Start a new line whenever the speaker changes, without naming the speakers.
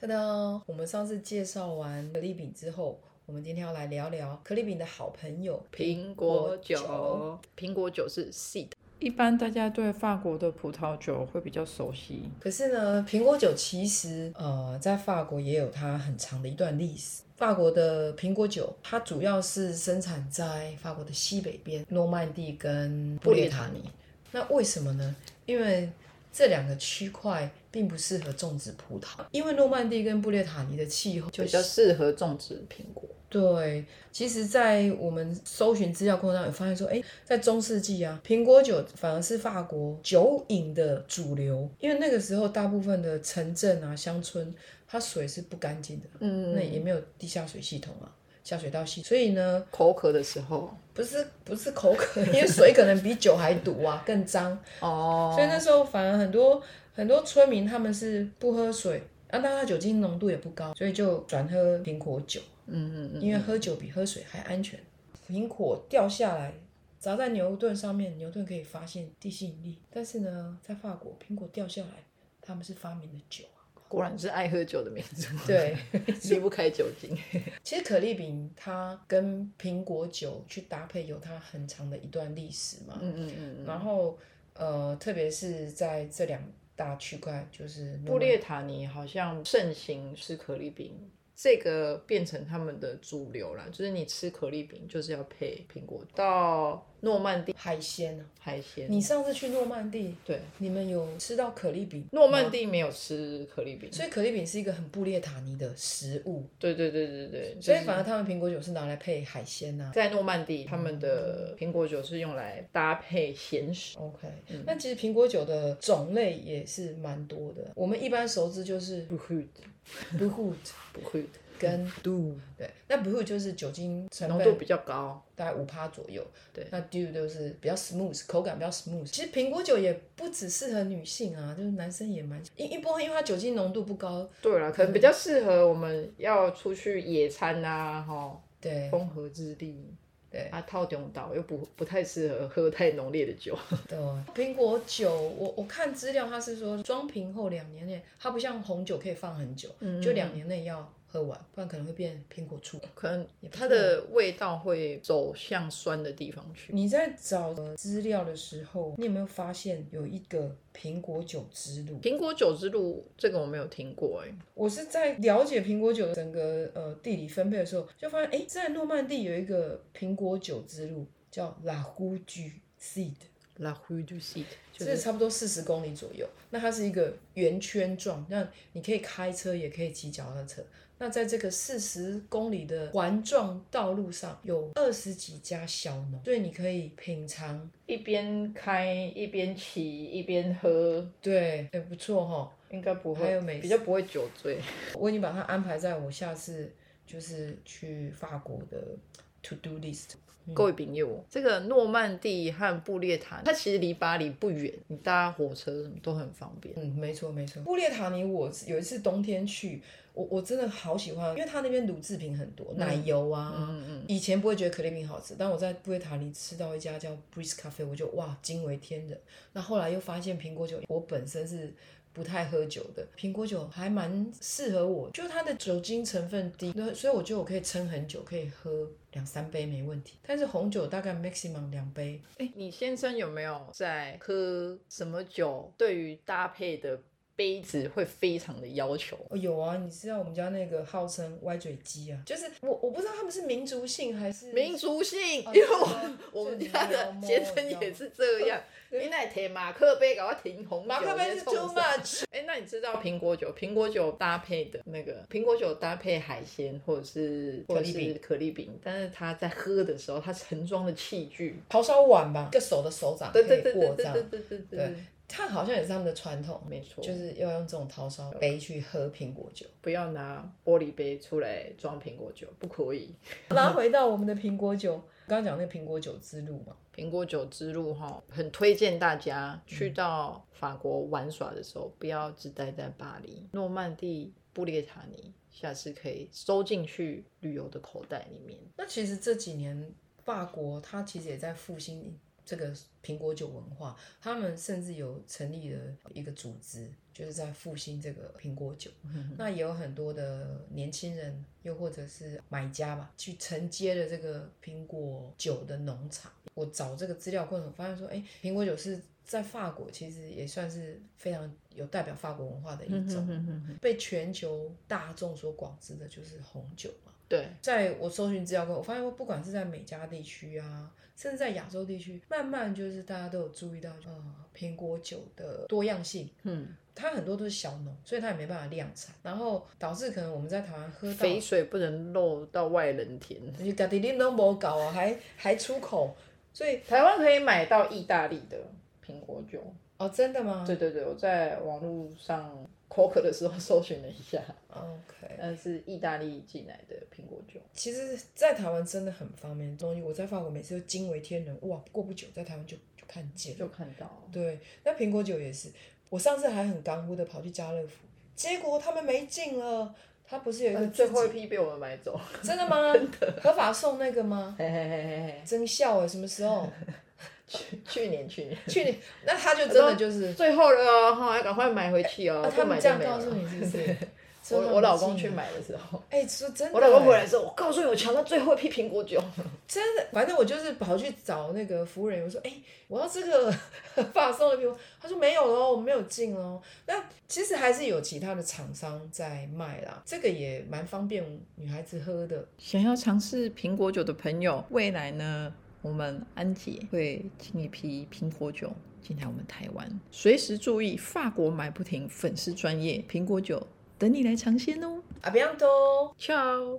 噔噔，我们上次介绍完可丽饼之后，我们今天要来聊聊可丽饼的好朋友
苹果酒，苹果酒是细的，
一般大家对法国的葡萄酒会比较熟悉，
可是呢，苹果酒其实呃，在法国也有它很长的一段历史。法国的苹果酒，它主要是生产在法国的西北边，诺曼底跟布列塔尼。那为什么呢？因为这两个区块并不适合种植葡萄，因为诺曼底跟布列塔尼的气候就
比较适合种植苹果。
对，其实，在我们搜寻资料过程中，有发现说，哎，在中世纪啊，苹果酒反而是法国酒饮的主流，因为那个时候大部分的城镇啊、乡村，它水是不干净的，
嗯
那也没有地下水系统啊，下水道系，所以呢，
口渴的时候，
不是不是口渴，因为水可能比酒还毒啊，更脏，
哦，
所以那时候反而很多很多村民他们是不喝水，啊，但它酒精浓度也不高，所以就转喝苹果酒。
嗯嗯嗯，
因为喝酒比喝水还安全。苹果掉下来砸在牛顿上面，牛顿可以发现地心引力。但是呢，在法国，苹果掉下来，他们是发明了酒啊。
果然是爱喝酒的民族，
对，
离不开酒精。
其实可丽饼它跟苹果酒去搭配，有它很长的一段历史嘛。
嗯嗯嗯嗯，
然后呃，特别是在这两大区块，就是诺
布
曼
列塔尼好像盛行吃可丽饼。这个变成他们的主流啦，就是你吃可丽饼就是要配苹果，到诺曼底
海鲜啊。
海鲜。
你上次去诺曼底，
对，
你们有吃到可丽饼？
诺曼底没有吃可丽饼，
所以可丽饼是一个很布列塔尼的食物。
对对对对对，
所
所
以反而他们苹果酒是拿来配海鲜啊呐、
在诺曼底，他们的苹果酒是用来搭配咸食。
OK，、那
嗯
其实苹果酒的种类也是蛮多的。我们一般熟知就是
不会，
b l u h o o d
不会，
跟
度
对，那 b l u h o o d 就是酒精成
嗯浓度
分
比较高，
大概五趴左右，
对
那 Dew 就是比较 smooth，口感比较 smooth。其实苹果酒也不只适合女性啊，就是男生也蛮因一波，因为它酒精浓度不高，
对啦，可能比较适合我们要出去野餐啊，吼，
对
风和日丽。
对
啊，套中岛又不不太适合喝太浓烈的酒，
对。哦苹果酒，我我看资料，它是说装瓶后两年内，它不像红酒可以放很久，
嗯
就两年内要喝完，不然可能会变苹果醋。
可能
也不错
它的味道会走向酸的地方去。
你在找呃资料的时候，你有没有发现有一个苹果酒之路？
苹果酒之路这个我没有听过哎、
我是在了解苹果酒的整个呃地理分配的时候，就发现哎，诶在诺曼底有一个苹果酒之路叫拉呼居 seed，
La Rue du Cid 就
这
是
差不多四十公里左右。那它是一个圆圈状，那你可以开车，也可以骑脚踏车。那在这个四十公里的环状道路上，有二十几家小农，所以你可以品尝。
一边开一边骑一边喝，
对，哎，不错哈、
应该不会，
还有美食
比较不会酒醉。
我已经把它安排在我下次就是去法国的 to do list。
各位朋友，这个诺曼底和布列塔，它其实离巴黎不远，你搭火车什么都很方便。
嗯，没错没错。布列塔尼，我有一次冬天去，我我真的好喜欢，因为它那边乳制品很多，奶油啊。
嗯嗯，
以前不会觉得可丽饼好吃，但我在布列塔尼吃到一家叫 Breeze Cafe，我就哇惊为天人。那后来又发现苹果酒，我本身是不太喝酒的，苹果酒还蛮适合我，就它的酒精成分低，那所以我觉得我可以撑很久，可以喝两三杯没问题。但是红酒大概 maximum 两杯，
哎、你先生有没有在喝什么酒？对于搭配的杯子会非常的要求。
哦，有啊，你知道我们家那个号称歪嘴鸡啊，就是我我不知道他们是民族性还是
民族性，
哦
因为
是
我
吗
我们
就你
家
要
的
摸
先
你
生
知道
也
吗
是这 样。你那提马克杯，搞到停红酒
马克杯是 too。much，
哎、那你知道苹果酒？苹果酒搭配的那个苹果酒搭配海鲜或者是或
可
者
丽饼
是可丽饼，但是他在喝的时候，他盛装的器具，
刨烧碗吧，一个手的手掌可
对
以
对对对
握这
对
样
对，对对对，
它好像也是他们的传统，
没错，
就是要用这种陶烧杯去喝苹果酒。
不要拿玻璃杯出来装苹果酒，不可以。
拉回到我们的苹果酒，刚刚讲那个苹果酒之路嘛，
苹果酒之路哈，很推荐大家去到法国玩耍的时候，不要只待在巴黎、诺曼底、布列塔尼，下次可以收进去旅游的口袋里面。
那其实这几年法国它其实也在复兴这个苹果酒文化，他们甚至有成立了一个组织，就是在复兴这个苹果酒。那也有很多的年轻人，又或者是买家吧，去承接了这个苹果酒的农场。我找这个资料过程，我发现说，哎，苹果酒是在法国其实也算是非常有代表法国文化的一
嗯
种，被全球大众所广知的就是红酒嘛。
对，
在我搜寻资料过后，我发现说，不管是在美加地区啊，甚至在亚洲地区，慢慢就是大家都有注意到，呃，苹果酒的多样性。
嗯，
它很多都是小农，所以它也没办法量产，然后导致可能我们在台湾喝到，
肥水不能漏到外人田。
你家己恁都无搞啊，还还出口，所以
台湾可以买到意大利的苹果酒。
哦，真的吗
对对对，我在网络上口渴的时候搜寻了一下，
哦？OK，
那是意大利进来的苹果酒。
其实，在台湾真的很方便的东西，我在法国每次都惊为天人，哇，过不久在台湾就就看见了。
就看到了
对，那苹果酒也是，我上次还很干乎的跑去家乐福，结果他们没进了。他不是有一个
呃最后一批被我们买走，
真的 吗？合法送那个吗？
嘿嘿嘿嘿嘿，
真笑哎，什么时 候？
去去年去年
去年那他就真的就是
最后了哦哈，要赶快买回去哦，
啊，
不
他
买
们这
就
样
没
告诉
了。
你是不 是？所以他们
我我老公
进
去，买的时候，
哎、说真的、
我老公回来，说，我告诉你，我抢到最后一批苹果酒，
真的，反正我就是跑去找那个服务人员，我说，哎、我要这个 发送的苹果，他说没有喽，我们没有进哦。那其实还是有其他的厂商在卖啦，这个也蛮方便女孩子喝的。
想要尝试苹果酒的朋友，未来呢，我们安姐会进一批苹果酒进来我们台湾，随时注意法国买不停粉丝专业苹果酒等你来尝鲜哦。
阿比昂多。
ciao。